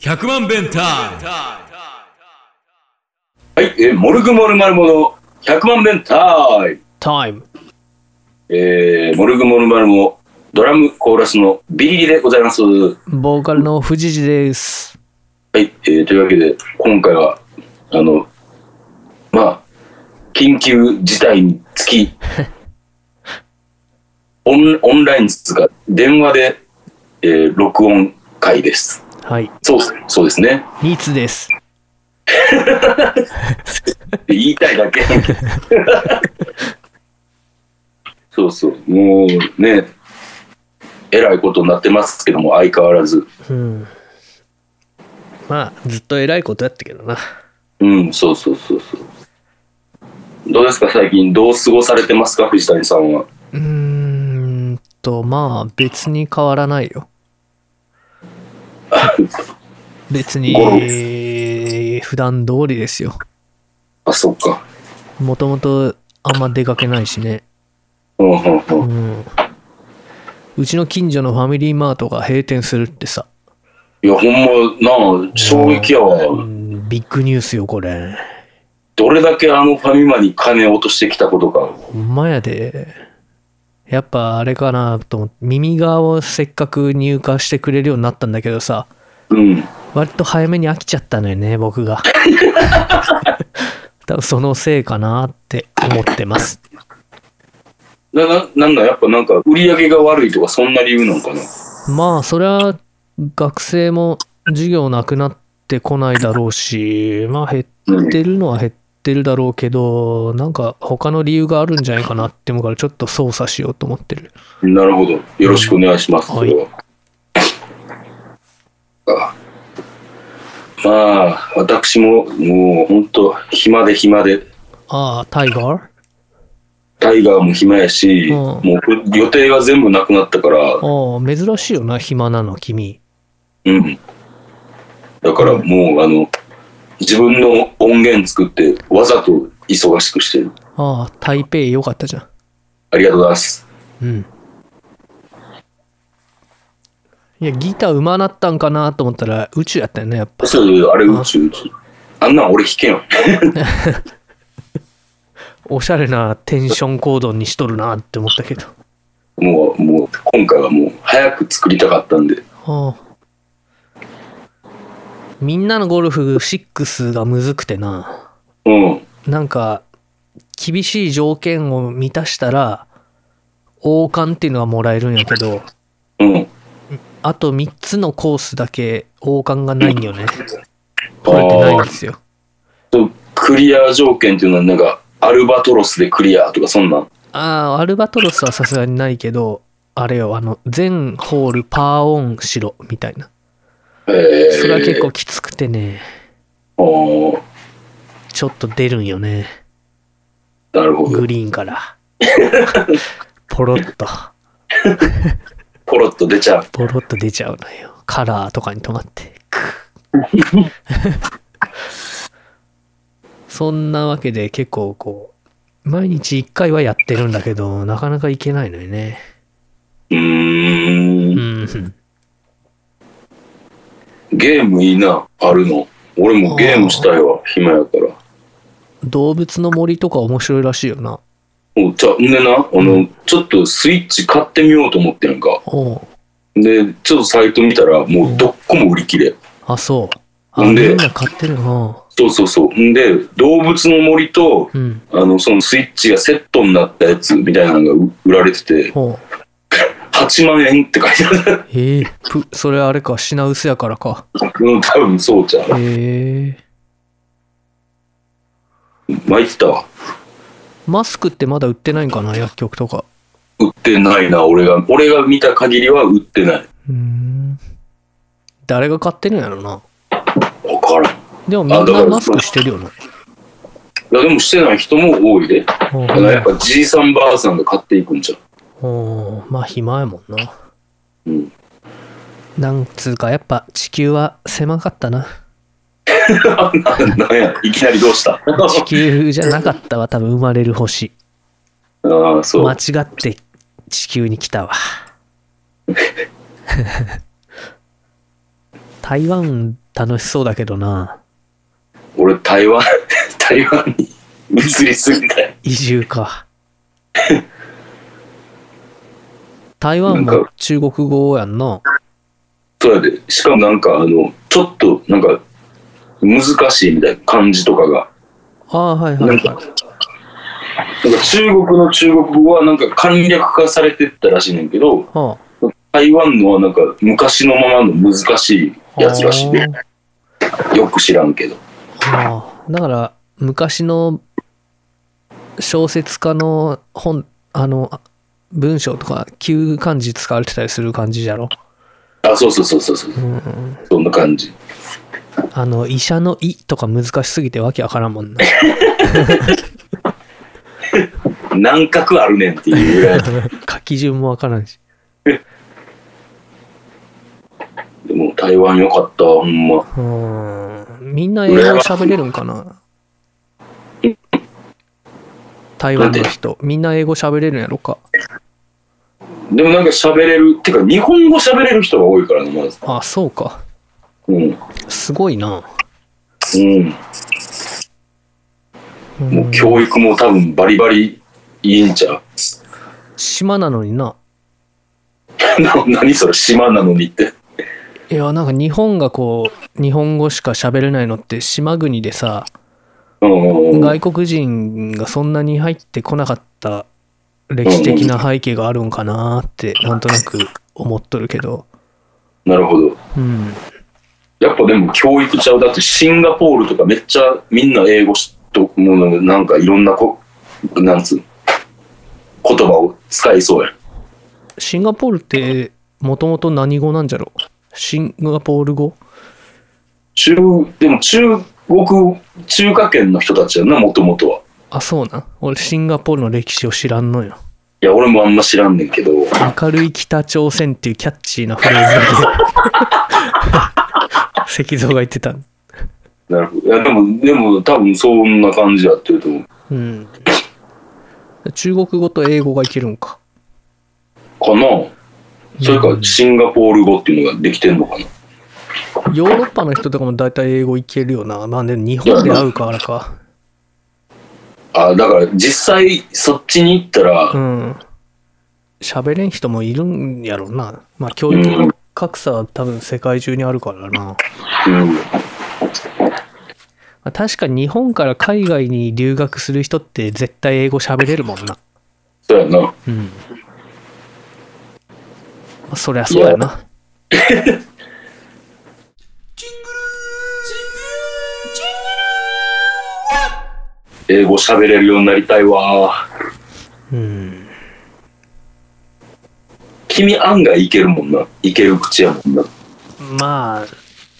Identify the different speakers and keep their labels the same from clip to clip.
Speaker 1: 100万弁タ
Speaker 2: はい、えーモルグモルマルモの100万弁タイム。
Speaker 3: タイム。
Speaker 2: えーモルグモルマルモ、ドラムコーラスのビリリでございます。は
Speaker 3: ボーカルの藤次です。
Speaker 2: い、えーというわけで、今回は、あの、まあ、緊急事態につき、 オンオンラインつうか、電話で、えー録音会です。
Speaker 3: はい。
Speaker 2: そうですね。そうですね。
Speaker 3: ニーツです。
Speaker 2: 言いたいだけ。そうそう、もうね、えらいことになってますけども、相変わらず。
Speaker 3: うん。まあ、ずっと偉いことやったけどな。
Speaker 2: うん、そうそうそうそう。どうですか、最近、どう過ごされてますか、藤谷さんは。
Speaker 3: うーんと、まあ、別に変わらないよ。別
Speaker 2: ゴロ
Speaker 3: に、普段通りですよ。
Speaker 2: あ、そっか。
Speaker 3: もともとあんま出かけないしね。
Speaker 2: うん、うん、うん。
Speaker 3: うん。うちの近所のファミリーマートが閉店するってさ。
Speaker 2: いや、ほんま、なあ、衝撃や
Speaker 3: う
Speaker 2: わ。
Speaker 3: んビッグニュースよ、これ。
Speaker 2: どれだけあのファミマに金を落としてきたことか。
Speaker 3: ほんまやで。やっぱあれかなと思って、耳側をせっかく入荷してくれるようになったんだけどさ、
Speaker 2: うん。
Speaker 3: 割と早めに飽きちゃったのよね、僕が。 多分そのせいかなって思ってます。
Speaker 2: な、な、なんだ、やっぱなんか、売り上げが悪いとか、そんな理由なんかな。
Speaker 3: まあ、そりゃ、学生も授業なくなってこないだろうし、まあ、減ってるのは減ってるだろうけど、なんか他の理由があるんじゃないかなって思うから、ちょっと操作しようと思ってる。
Speaker 2: なるほど。よろしくお願いします。
Speaker 3: うんはい
Speaker 2: それはあまあ、私ももう本当、暇で暇で、
Speaker 3: ああ、タイガー
Speaker 2: タイガーも暇やし、
Speaker 3: うん
Speaker 2: もう予定は全部なくなったから、
Speaker 3: ああ、珍しいよな、暇なの、君。
Speaker 2: うん。だからもう、あの、自分の音源作って、わざと忙しくしてる。
Speaker 3: ああ、台北良かったじゃ
Speaker 2: ありがとうございます。
Speaker 3: ん。うん。いや、ギターうまなったんかなと思ったら、宇宙やったよね、やっぱ。
Speaker 2: そうあれ宇宙宇宙。あんなん俺弾けんよ。
Speaker 3: おしゃれなテンション行動にしとるなって思ったけど。
Speaker 2: もう、もう、今回はもう、早く作りたかったんで。
Speaker 3: ああ。みんなのゴルフ6がむずくてな。
Speaker 2: うん。
Speaker 3: なんか、厳しい条件を満たしたら、王冠っていうのはもらえるんやけど、
Speaker 2: うん。
Speaker 3: あと3つのコースだけ王冠がないんよね。取れてないんですよ。
Speaker 2: とクリア条件っていうのはなんかアルバトロスでクリアとかそんなん
Speaker 3: ああ、アルバトロスはさすがにないけど、あれよ、あの、全ホールパーオンしろ、みたいな。
Speaker 2: え
Speaker 3: それは結構きつくてね、
Speaker 2: 構
Speaker 3: ちょっと出るんよね。
Speaker 2: なるほど
Speaker 3: グリーンから。ポロッと、
Speaker 2: ポロッと出ちゃう
Speaker 3: ポロッと出ちゃうのよ。カラーとかに止まって。クッ そんなわけで結構こう、毎日1回はやってるんだけど、なかなかいけないのよね。
Speaker 2: うー
Speaker 3: うんん。
Speaker 2: ゲームいいなあるの俺もゲームしたいわ暇やから
Speaker 3: 動物の森とか面白いらしいよな。
Speaker 2: おじゃあんでなあのちょっとスイッチ買ってみようと思ってんやんか
Speaker 3: おう
Speaker 2: でちょっとサイト見たらもうどっこも売り切れ
Speaker 3: あ、そう。あ、
Speaker 2: なんで
Speaker 3: みんな買ってるな。
Speaker 2: そうそうそうんで動物の森と
Speaker 3: うん。
Speaker 2: あのそのスイッチがセットになったやつみたいなのが売売られてて
Speaker 3: おう
Speaker 2: 8万円って書いてある
Speaker 3: ええぷ、それあれか、品薄やからか。
Speaker 2: うん、多分そうじゃん。
Speaker 3: ええ
Speaker 2: 参ったわ。
Speaker 3: マスクってまだ売ってないんかな、薬局とか。
Speaker 2: 売ってないな、俺が。俺が見た限りは売ってない。
Speaker 3: うーん。誰が買ってるんやろな。
Speaker 2: わからん。
Speaker 3: でもみん
Speaker 2: あだか
Speaker 3: な
Speaker 2: ら
Speaker 3: マスクしてるよな。
Speaker 2: いや、でもしてない人も多いで。だ
Speaker 3: おう
Speaker 2: からやっぱじいさんばあさんが買っていくんじゃ
Speaker 3: おうまあ暇やもんな。
Speaker 2: う。うん。
Speaker 3: なんつうか、やっぱ地球は狭かったな。
Speaker 2: ななんや、いきなりどうした
Speaker 3: 地球じゃなかったわ、多分生まれる星。
Speaker 2: ああ、そう。
Speaker 3: 間違って地球に来たわ。台湾楽しそうだけどな。
Speaker 2: 俺、台湾、 台湾に移りすぎたよ。
Speaker 3: 移住か。台湾
Speaker 2: なん
Speaker 3: も
Speaker 2: か
Speaker 3: 中国語やんな。
Speaker 2: そうやで。しかもなんか、あの、ちょっと、なんか、難しいみたいな感じとかが。
Speaker 3: ああ、はいはいはい。
Speaker 2: なんか中国の中国語はなんか簡略化されてったらしいねんけど、
Speaker 3: は
Speaker 2: 台湾のはなんか昔のままの難し
Speaker 3: あ、
Speaker 2: いやつらしいね。よく知らんけど。
Speaker 3: ああだから、昔の小説家の本、あの、あ文章とか、旧漢字使われてたりする感じじゃろ。
Speaker 2: あ、そうそうそうそうそう。
Speaker 3: うんうん、
Speaker 2: そんな感じ。
Speaker 3: あの、医者の医とか難しすぎてわけわからんも んな。
Speaker 2: 難覚あるねんっていうぐらい。
Speaker 3: 書き順もわからんし。
Speaker 2: でも台湾よかった、ほんま。
Speaker 3: うん。みんな英語喋れるんかな台湾の人。みんな英語喋れるんやろか。
Speaker 2: でもなんか喋れる、てか日本語喋れる人が多いからね、まず。
Speaker 3: あ、そうか。
Speaker 2: うん。う
Speaker 3: すごいな。
Speaker 2: ん。
Speaker 3: うん
Speaker 2: もう教育も多分バリバリいいんちゃう。
Speaker 3: 島なのにな。
Speaker 2: な何それ、島なのにって。
Speaker 3: いや、なんか日本がこう、日本語しか喋れないのって島国でさ、
Speaker 2: うん。
Speaker 3: 外国人がそんなに入ってこなかった歴史的な背景があるんかなって、なんとなく思っとるけど。
Speaker 2: なるほど。
Speaker 3: うん。
Speaker 2: やっぱでも教育ちゃう。だってシンガポールとかめっちゃみんな英語しと、もうなんかいろんなこ、なんつう、言葉を使いそうやん。
Speaker 3: シンガポールって、もともと何語なんじゃろシンガポール語
Speaker 2: 中、でも中国、中華圏の人たちやんな、もともとは。
Speaker 3: あ、そうなん。俺、シンガポールの歴史を知らんのよ。
Speaker 2: いや、俺もあんま知らんねんけど。
Speaker 3: 明るい北朝鮮っていうキャッチーなフレーズだけ 石像が言ってた。
Speaker 2: なるほど。いや、でも、でも、多分そんな感じやってると思う。
Speaker 3: うん。中国語と英語がいけるんか。
Speaker 2: かなそれか、シンガポール語っていうのができてんのかな
Speaker 3: ヨーロッパの人とかも大体英語いけるよな。まあでも日本で会うからか。
Speaker 2: あ、だから、実際、そっちに行った
Speaker 3: う
Speaker 2: ら、
Speaker 3: ん。喋れん人もいるんやろうな。まあ教育の格差は多分世界中にあるからな。ま
Speaker 2: うん。
Speaker 3: あ確かに日本から海外に留学する人って絶対英語喋れるもんな。
Speaker 2: そうやな。
Speaker 3: うん。まあそりゃそうやな。
Speaker 2: 英語喋れるようになりたいわ。
Speaker 3: うん。
Speaker 2: 君案外いけるもんな。いける口やもんな。
Speaker 3: まあ、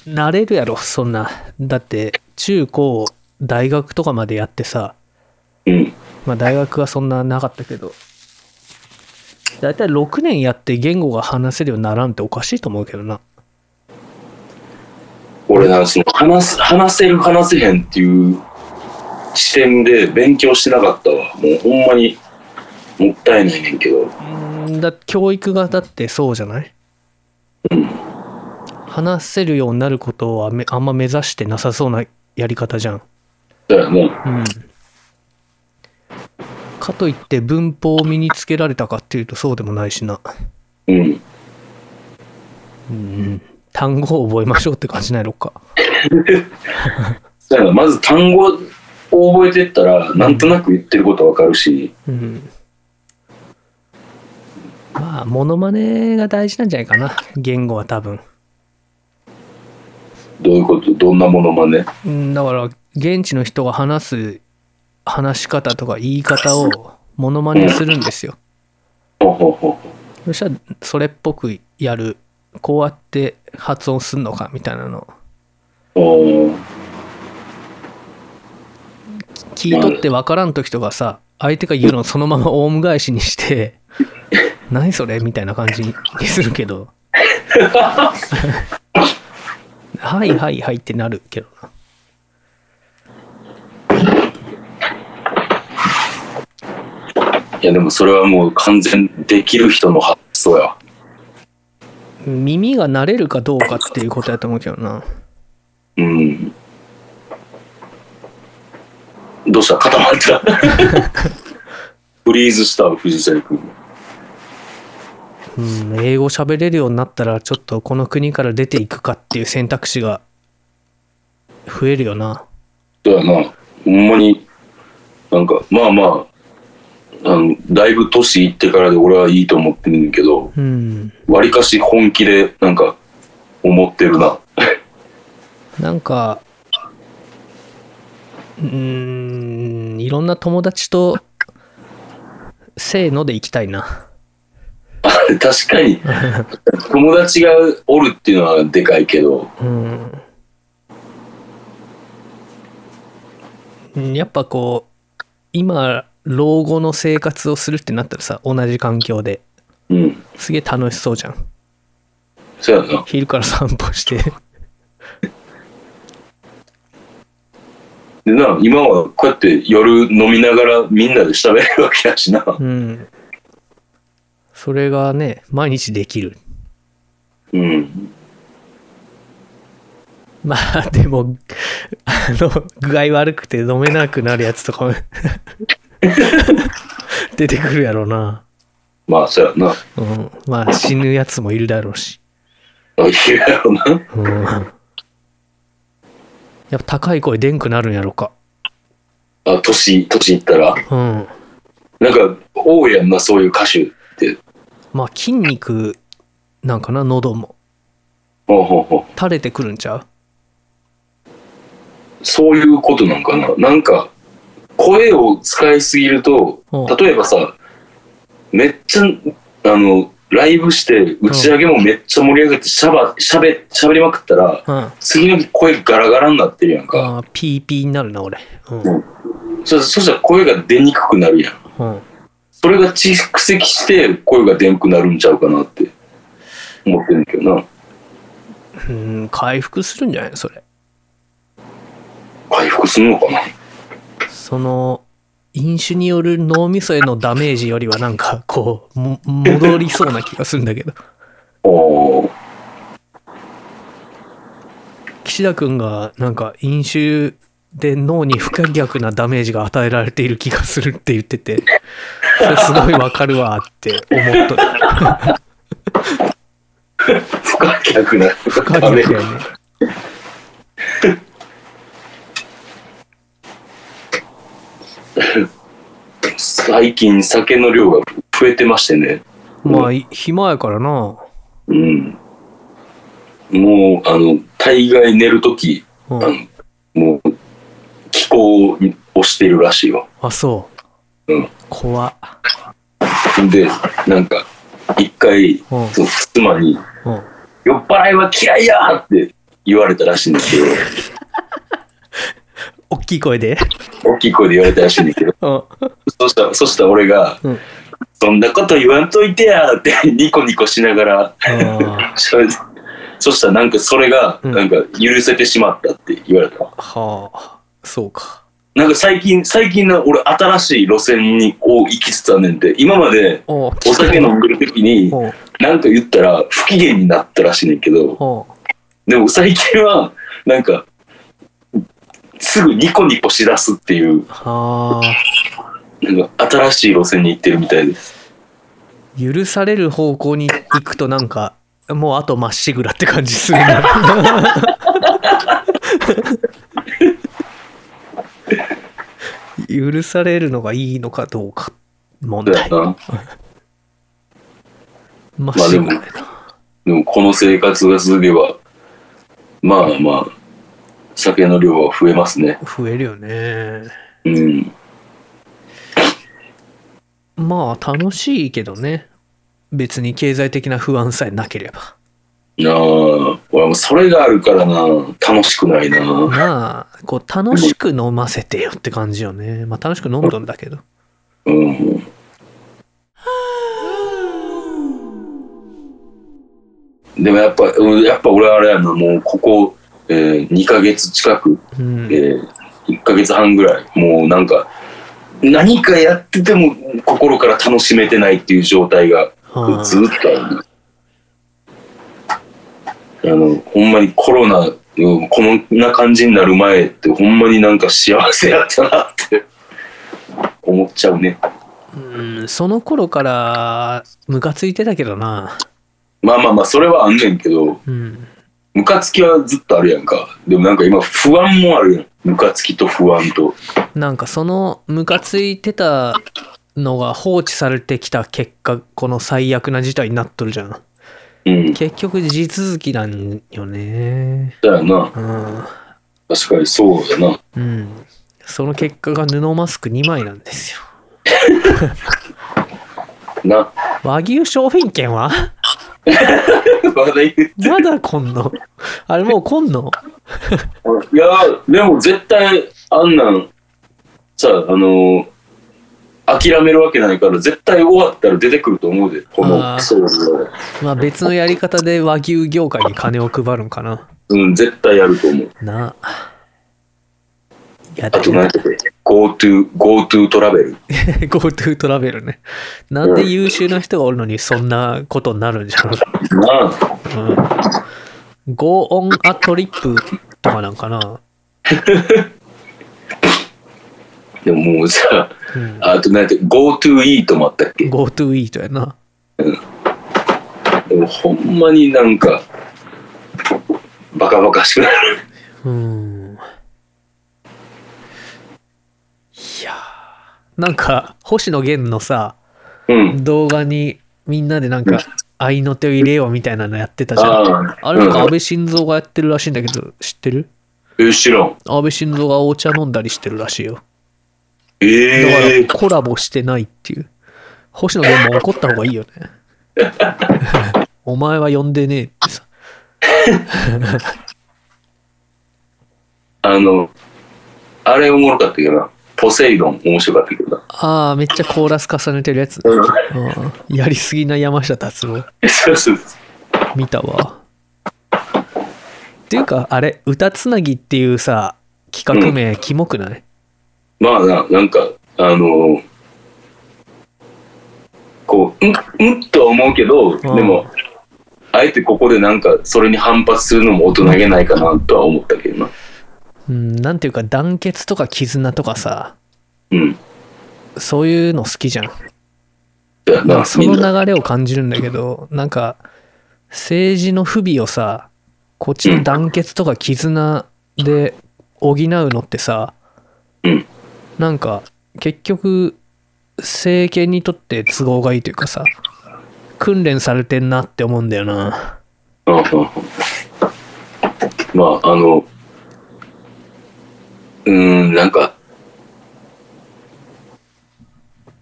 Speaker 3: 慣れるやろ、そんな。だって、中高、大学とかまでやってさ、
Speaker 2: うん。
Speaker 3: まあ大学はそんななかったけど、だいたい6年やって言語が話せるようにならんっておかしいと思うけどな。
Speaker 2: 俺な、その、話す、話せる、話せへんっていう視点で勉強してなかったわ。もう、ほんまに、もったいないねんけど。
Speaker 3: うんだ教育がだってそうじゃない話せるようになることはめあんま目指してなさそうなやり方じゃん。
Speaker 2: そうやな。
Speaker 3: うん。かといって文法を身につけられたかっていうとそうでもないしな。
Speaker 2: うん。
Speaker 3: うん。単語を覚えましょうって感じないのか。
Speaker 2: だからまず単語を覚えてったら、なんとなく言ってることわかるし、
Speaker 3: うん。まあ、モノマネが大事なんじゃないかな。言語は多分。
Speaker 2: どういうこと、どんなものまね。
Speaker 3: うんだから、現地の人が話す話し方とか言い方をモノマネするんですよ。
Speaker 2: ほうほうほうほ
Speaker 3: そしたら、それっぽくやる。こうやって発音すんのかみたいなのを
Speaker 2: うおー
Speaker 3: 聞いとって分からん時とかさ相手が言うのをそのままオウム返しにして「何それ?」みたいな感じにするけど「はいはいはい」ってなるけどな
Speaker 2: いや、でもそれはもう完全できる人の発想やわ。
Speaker 3: 耳が慣れるかどうかっていうことやと思うけどな。
Speaker 2: うん。どうした固まった。フリーズした、藤崎君。
Speaker 3: うん、英語喋れるようになったら、ちょっとこの国から出ていくかっていう選択肢が増えるよな。
Speaker 2: だよな。ほんまに、なんか、まあまあ、あの、だいぶ年いってからで俺はいいと思ってるんだけど、
Speaker 3: うん。
Speaker 2: わりかし本気で、なんか、思ってるな。
Speaker 3: なんか、うーん、いろんな友達と、せーので行きたいな。
Speaker 2: 確かに、友達がおるっていうのはでかいけど、
Speaker 3: うん。やっぱこう、今、老後の生活をするってなったらさ、同じ環境で。
Speaker 2: うん。
Speaker 3: すげえ楽しそうじゃん。
Speaker 2: そうやな。
Speaker 3: 昼から散歩して。
Speaker 2: でな、今はこうやって夜飲みながらみんなで喋れるわけやしな。
Speaker 3: うん。それがね、毎日できる。
Speaker 2: うん。
Speaker 3: まあ、 でも、あの、具合悪くて飲めなくなるやつとかも 出てくるやろうな。
Speaker 2: まあ、そうやな。
Speaker 3: うん。まあ、死ぬやつもいるだろうし。
Speaker 2: あいやろな。
Speaker 3: うん。やっぱ高い声でんくなるんやろか。
Speaker 2: あ、年、年いったら。
Speaker 3: うん。
Speaker 2: なんか、多いやんな、そういう歌手って。
Speaker 3: まあ、筋肉なんかな、喉も。
Speaker 2: ほうほうほう。
Speaker 3: 垂れてくるんちゃう
Speaker 2: そういうことなんかな。なんか、声を使いすぎると
Speaker 3: うん、
Speaker 2: 例えばさ、めっちゃ、あの、ライブして、打ち上げもめっちゃ盛り上げて、しゃば、しゃべ、しゃべりまくったら、
Speaker 3: うん。あ
Speaker 2: 次の日声ガラガラになってるやんか。
Speaker 3: あ、ピーピーになるな、俺。うん。
Speaker 2: そそしたら声が出にくくなるやん。
Speaker 3: うん。
Speaker 2: それが蓄積して声が出にくくなるんちゃうかなって思ってるんだけどな。
Speaker 3: うん、回復するんじゃないのそれ。
Speaker 2: 回復するのかな
Speaker 3: その、飲酒による脳みそへのダメージよりはなんか、こう、も戻りそうな気がするんだ けど。
Speaker 2: おー
Speaker 3: 岸田君が、なんか、飲酒で脳に不可逆なダメージが与えられている気がするって言って て、それすごいわかるわって思っとる。
Speaker 2: 不可逆な。不
Speaker 3: 不可逆やね。
Speaker 2: 最近酒の量が増えてましてね。
Speaker 3: まあ、い暇やからな。
Speaker 2: うん。もう、あの、大概寝るとき、
Speaker 3: う
Speaker 2: あ
Speaker 3: ん。
Speaker 2: の、もう、気候をしてるらしいよ。
Speaker 3: あ、そう。
Speaker 2: うん。
Speaker 3: 怖っ。
Speaker 2: で、なんか、一回、
Speaker 3: うん。
Speaker 2: その妻に、
Speaker 3: うん。
Speaker 2: 酔っ払いは嫌いやって言われたらしいんだけ
Speaker 3: 大きい声で。
Speaker 2: ど、大きい声で言われたらしいんだけど、
Speaker 3: うん。
Speaker 2: そしたら、そしたら俺が、
Speaker 3: うん
Speaker 2: そんなこと言わんといてやってニコニコしながら
Speaker 3: あ
Speaker 2: 喋ってそしたらなんかそれが、
Speaker 3: うん
Speaker 2: なんか許せてしまったって言われた。
Speaker 3: あ、はあ、そうか。
Speaker 2: なんか最近、最近の俺新しい路線にこう行きつつあんねんて、今まで
Speaker 3: おお
Speaker 2: お酒飲んでる時に
Speaker 3: おう
Speaker 2: なんか言ったら不機嫌になったらしいねんけど、
Speaker 3: おう
Speaker 2: でも最近はなんかすぐニコニコしだすっていう、
Speaker 3: はあ、
Speaker 2: なんか新しい路線に行ってるみたいです。
Speaker 3: 許される方向に行くとなんか、もうあとまっしぐらって感じするな。 許されるのがいいのかどうか問
Speaker 2: だ
Speaker 3: 題。
Speaker 2: よな。
Speaker 3: まっしぐらや
Speaker 2: でもこの生活が続けば、まあまあ、酒の量は増えますね。
Speaker 3: な。増えるよね。
Speaker 2: うん。
Speaker 3: まあ楽しいけどね。別に経済的な不安さえなければ。
Speaker 2: なあ、俺もそれがあるからな、楽しくないな。
Speaker 3: まあ、こう楽しく飲ませてよって感じよね。まあ楽しく飲むんだけど。
Speaker 2: うん。でもやっぱ、うんやっぱ俺あれやな、もうここ、え2ヶ月近く、
Speaker 3: うん
Speaker 2: え。1ヶ月半ぐらい、もうなんか、何かやってても心から楽しめてないっていう状態が
Speaker 3: はあ
Speaker 2: ずっとある。あの、ほんまにコロナ、うんこんな感じになる前って、ほんまになんか幸せやったなって思っちゃうね。
Speaker 3: うん、その頃から、ムカついてたけどな。
Speaker 2: まあまあまあ、それはあんねんけど、
Speaker 3: うん。
Speaker 2: ムカつきはずっとあるやんか。でもなんか今、不安もあるやん。ムカつきと不安と。
Speaker 3: なんかそのムカついてたのが放置されてきた結果、この最悪な事態になっとるじゃん。
Speaker 2: うん。
Speaker 3: 結局地続きなんよね。
Speaker 2: だよな。
Speaker 3: うん。
Speaker 2: 確かにそうだな。
Speaker 3: うん。その結果が布マスク2枚なんですよ。
Speaker 2: な。
Speaker 3: 和牛商品券は
Speaker 2: まだ言う
Speaker 3: まだこんのあれもうこんの
Speaker 2: いや、でも絶対、あんなん、さ、あの諦めるわけないから、絶対終わったら出てくると思うで、こ
Speaker 3: あ
Speaker 2: の
Speaker 3: ー
Speaker 2: ソールは。
Speaker 3: まあ別のやり方で和牛業界に金を配るんかな。
Speaker 2: うん、絶対やると思う。
Speaker 3: なあ。いや
Speaker 2: あ
Speaker 3: だ
Speaker 2: と何
Speaker 3: よ
Speaker 2: やったっけ ?GoTo、GoTo トラベル。
Speaker 3: GoTo トラベルね。なんで優秀な人がおるのにそんなことになるんじゃん。
Speaker 2: なあ、
Speaker 3: うん。Go on a trip とかなんかな。
Speaker 2: でももうさ、
Speaker 3: うん、
Speaker 2: あと何やったっけ ?GoTo イートもあったっけ
Speaker 3: GoTo イートやな。
Speaker 2: でもほんまになんか、バカバカしくなる。
Speaker 3: うん。いやーなんか、星野源のさ、
Speaker 2: うん。
Speaker 3: 動画にみんなでなんか、愛の手を入れようみたいなのやってたじゃん。
Speaker 2: ああ、
Speaker 3: あれなんか安
Speaker 2: うん
Speaker 3: 倍晋三がやってるらしいんだけど、知ってる
Speaker 2: え、知らん。
Speaker 3: 安倍晋三がお茶飲んだりしてるらしいよ。だか
Speaker 2: ええ
Speaker 3: らコラボしてないっていう。星野源も怒った方がいいよね。お前は呼んでねえってさ。
Speaker 2: あの、あれおもろかったけどな。ポセイドン面白かったけどな。
Speaker 3: ああ、めっちゃコーラス重ねてるやつ。
Speaker 2: うん
Speaker 3: うんやりすぎな山下達郎。
Speaker 2: そうそうそう。
Speaker 3: 見たわ。っていうか、あれ、歌つなぎっていうさ、企画名、キモくない
Speaker 2: まあな、なんか、あのーこう、うん、うんとは思うけど、でも、あえてここでなんか、それに反発するのも大人げないかなとは思ったけどな。
Speaker 3: うん、なんていうか、団結とか絆とかさ、
Speaker 2: うん。
Speaker 3: そういうの好きじゃん。
Speaker 2: だよな、
Speaker 3: そ
Speaker 2: みんな。
Speaker 3: の流れを感じるんだけど、なんか、政治の不備をさ、こっちの団結とか絆で補うのってさ、
Speaker 2: うん
Speaker 3: なんか、結局、政権にとって都合がいいというかさ、訓練されてんなって思うんだよな。
Speaker 2: うんうんうんまあ、あの、うーん、なんか、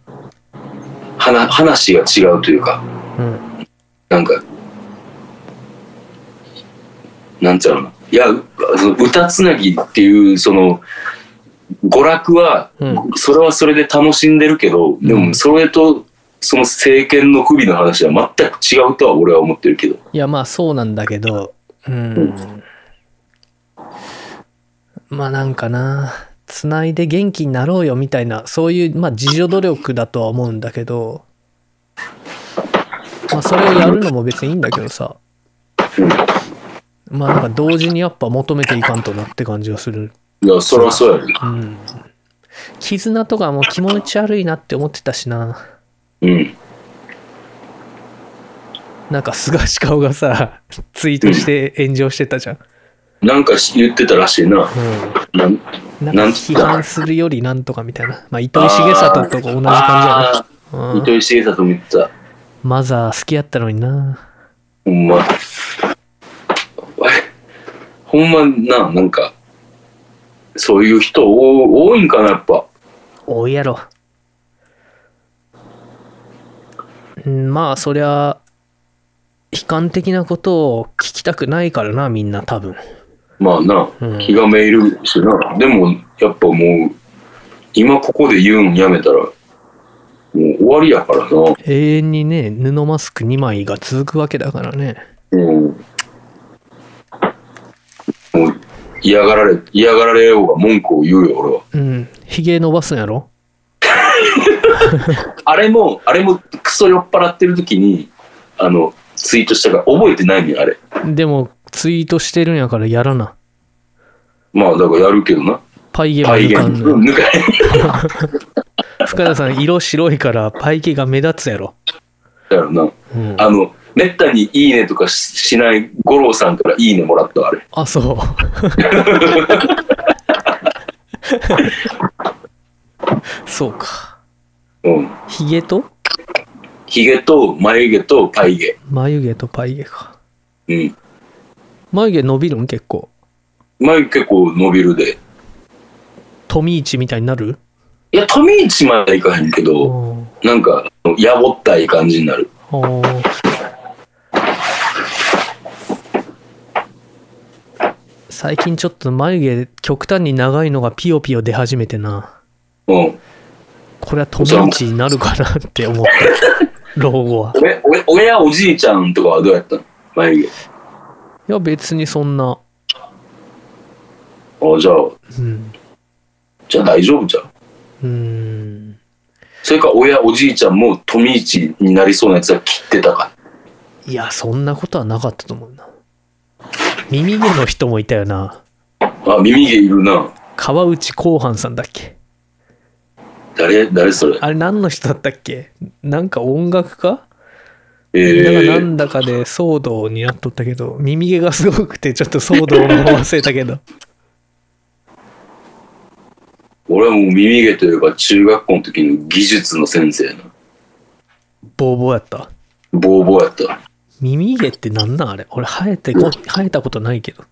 Speaker 2: はな話が違うというか、
Speaker 3: うん。
Speaker 2: なんか、なんちゃうの。いや、うその歌つなぎっていう、その、娯楽は、
Speaker 3: うん
Speaker 2: それはそれで楽しんでるけど、で
Speaker 3: う
Speaker 2: も、
Speaker 3: ん
Speaker 2: それと、その政権の不備の話は全く違うとは俺は思ってるけど。
Speaker 3: いや、まあそうなんだけど、うん。まあなんかな、つないで元気になろうよみたいな、そういう、まあ自助努力だとは思うんだけど、まあそれをやるのも別にいいんだけどさ、まあなんか同時にやっぱ求めていかんとなって感じがする。
Speaker 2: いや、それはそうや
Speaker 3: うん。絆とかも気持ち悪いなって思ってたしな。
Speaker 2: ね。うん。
Speaker 3: なんか菅氏顔がさ、ツイートして炎上してたじゃん。
Speaker 2: なんかし言ってたらしいな。
Speaker 3: うん。
Speaker 2: なん
Speaker 3: なんか批判するよりなんとかみたいな。まあ、糸井重里と同
Speaker 2: あ
Speaker 3: じ感じや
Speaker 2: ー
Speaker 3: な。うん
Speaker 2: 糸井重里も言ってた。
Speaker 3: マザー好きやったのにな。
Speaker 2: ほんま。おいほんまな、なんか、そういう人多多いんかな、やっぱ。
Speaker 3: 多いやろ。うんまあ、そりゃ、悲観的なことを聞きたくないからな、みんな多分。
Speaker 2: まあな、
Speaker 3: うん
Speaker 2: 気がめいるしな。でも、やっぱもう、今ここで言うんやめたら、もう終わりやからな。
Speaker 3: 永遠にね、布マスク2枚が続くわけだからね。
Speaker 2: うん。もう嫌がられ、嫌がられようが文句を言うよ、俺は。
Speaker 3: うん。ひげ伸ばすんやろ
Speaker 2: あれも、あれもクソ酔っ払ってる時に、あの、ツイートしたから覚えてないねんあれ。
Speaker 3: でも、ツイートしてるんやからやらな。
Speaker 2: まあ、だからやるけどな。
Speaker 3: パイゲが
Speaker 2: パイ
Speaker 3: 抜
Speaker 2: ゲ
Speaker 3: か
Speaker 2: ン。
Speaker 3: んのよ。
Speaker 2: 抜かへん。
Speaker 3: 深田さん、色白いからパイゲが目立つやろ。
Speaker 2: だよな。
Speaker 3: うん、
Speaker 2: あの、めったにいいねとかししない五郎さんからいいねもらったわあれ。
Speaker 3: あ、そう。そうか。
Speaker 2: うん。
Speaker 3: ヒゲと
Speaker 2: ヒゲと眉毛とパイ毛。
Speaker 3: 眉毛とパイ毛か。
Speaker 2: うん。
Speaker 3: 眉毛伸びるん結構。
Speaker 2: 眉毛結構伸びるで。
Speaker 3: 富市みたいになる
Speaker 2: いや、富市までいかへんけ
Speaker 3: あ
Speaker 2: ど、
Speaker 3: ー
Speaker 2: なんか、やぼったい感じになる。
Speaker 3: あー最近ちょっと眉毛極端に長いのがピヨピヨ出始めてな。
Speaker 2: うん。
Speaker 3: これは富市になるかなって思った。老後は。
Speaker 2: おや、おや、親おじいちゃんとかはどうやったの眉
Speaker 3: いや別にそんな。
Speaker 2: 毛。あじゃあ、
Speaker 3: うん。
Speaker 2: じゃあ大丈夫じゃん。
Speaker 3: うーん。
Speaker 2: それか、親おじいちゃんも富市になりそうなやつは切ってたか。
Speaker 3: いや、そんなことはなかったと思うな。耳毛の人もいたよな。
Speaker 2: あ、耳毛いるな。
Speaker 3: 川内公範さんだっけ
Speaker 2: 誰、誰それ。
Speaker 3: あれ何の人だったっけなんか音楽家
Speaker 2: え
Speaker 3: だからな
Speaker 2: ー、
Speaker 3: んだかで騒動になっとったけど、耳毛がすごくてちょっと騒動も忘れたけど。
Speaker 2: 俺はもう耳毛というか、中学校の時の技術の先生な。
Speaker 3: ボーボーやった。
Speaker 2: ボーボーやった。
Speaker 3: 耳毛ってなんなんあれ俺生えてこ、生えたことないけど。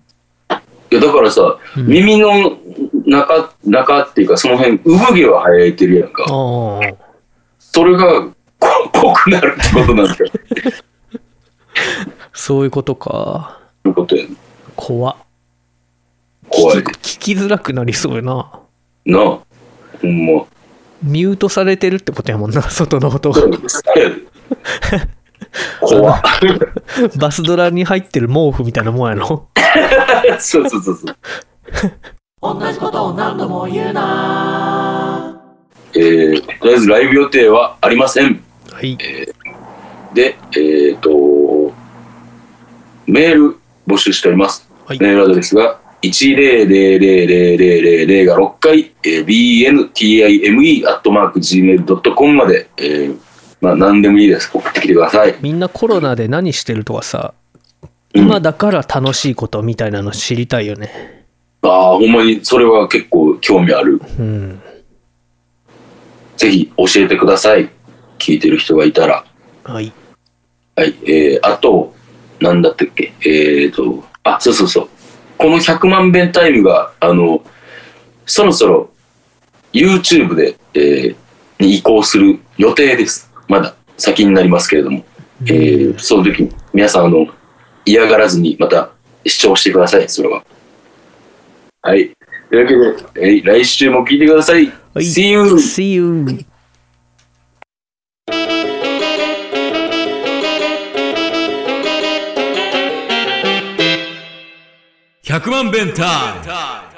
Speaker 2: いやだからさ、
Speaker 3: うん
Speaker 2: 耳の中中っていうかその辺産毛は生えてるやんか
Speaker 3: ああ。
Speaker 2: それがこ濃くなるってことなんですよって
Speaker 3: そういうことか。
Speaker 2: ことやん
Speaker 3: 怖っ
Speaker 2: 怖い
Speaker 3: 聞き聞きづらくなりそうやな。
Speaker 2: なあほん ま
Speaker 3: ミュートされてるってことやもんな、外の音が。
Speaker 2: そうやで 怖っ
Speaker 3: バスドラに入ってる毛布みたいなもんやろ
Speaker 2: そうそうそうそう同じことを何度も言うなえー、とりあえずライブ予定はありません
Speaker 3: はい。
Speaker 2: で、えっ、と、メール募集しております。
Speaker 3: はい
Speaker 2: メールアドレスが、1000000が6回、えー bntime.gmail.com まで、えーまあ、何でもいいです。送ってきてください。
Speaker 3: みんなコロナで何してるとかさ、
Speaker 2: うん
Speaker 3: 今だから楽しいことみたいなの知りたいよね。
Speaker 2: ああ、ほんまに、それは結構興味ある。
Speaker 3: うん。
Speaker 2: ぜひ、教えてください。聞いてる人がいたら。
Speaker 3: はい。
Speaker 2: はい、えー、あと、なんだったっけ、えーと、あ、そうそうそう。この100万遍タイムが、あの、そろそろ YouTube で、えーに移行する予定です。まだ先になりますけれども、えー、その時に皆さん、あの、嫌がらずにまた視聴してください、それは。はい。というわけで、えー来週も聞いてください。
Speaker 3: はい
Speaker 2: See you!
Speaker 3: See you!
Speaker 1: 100万弁タイム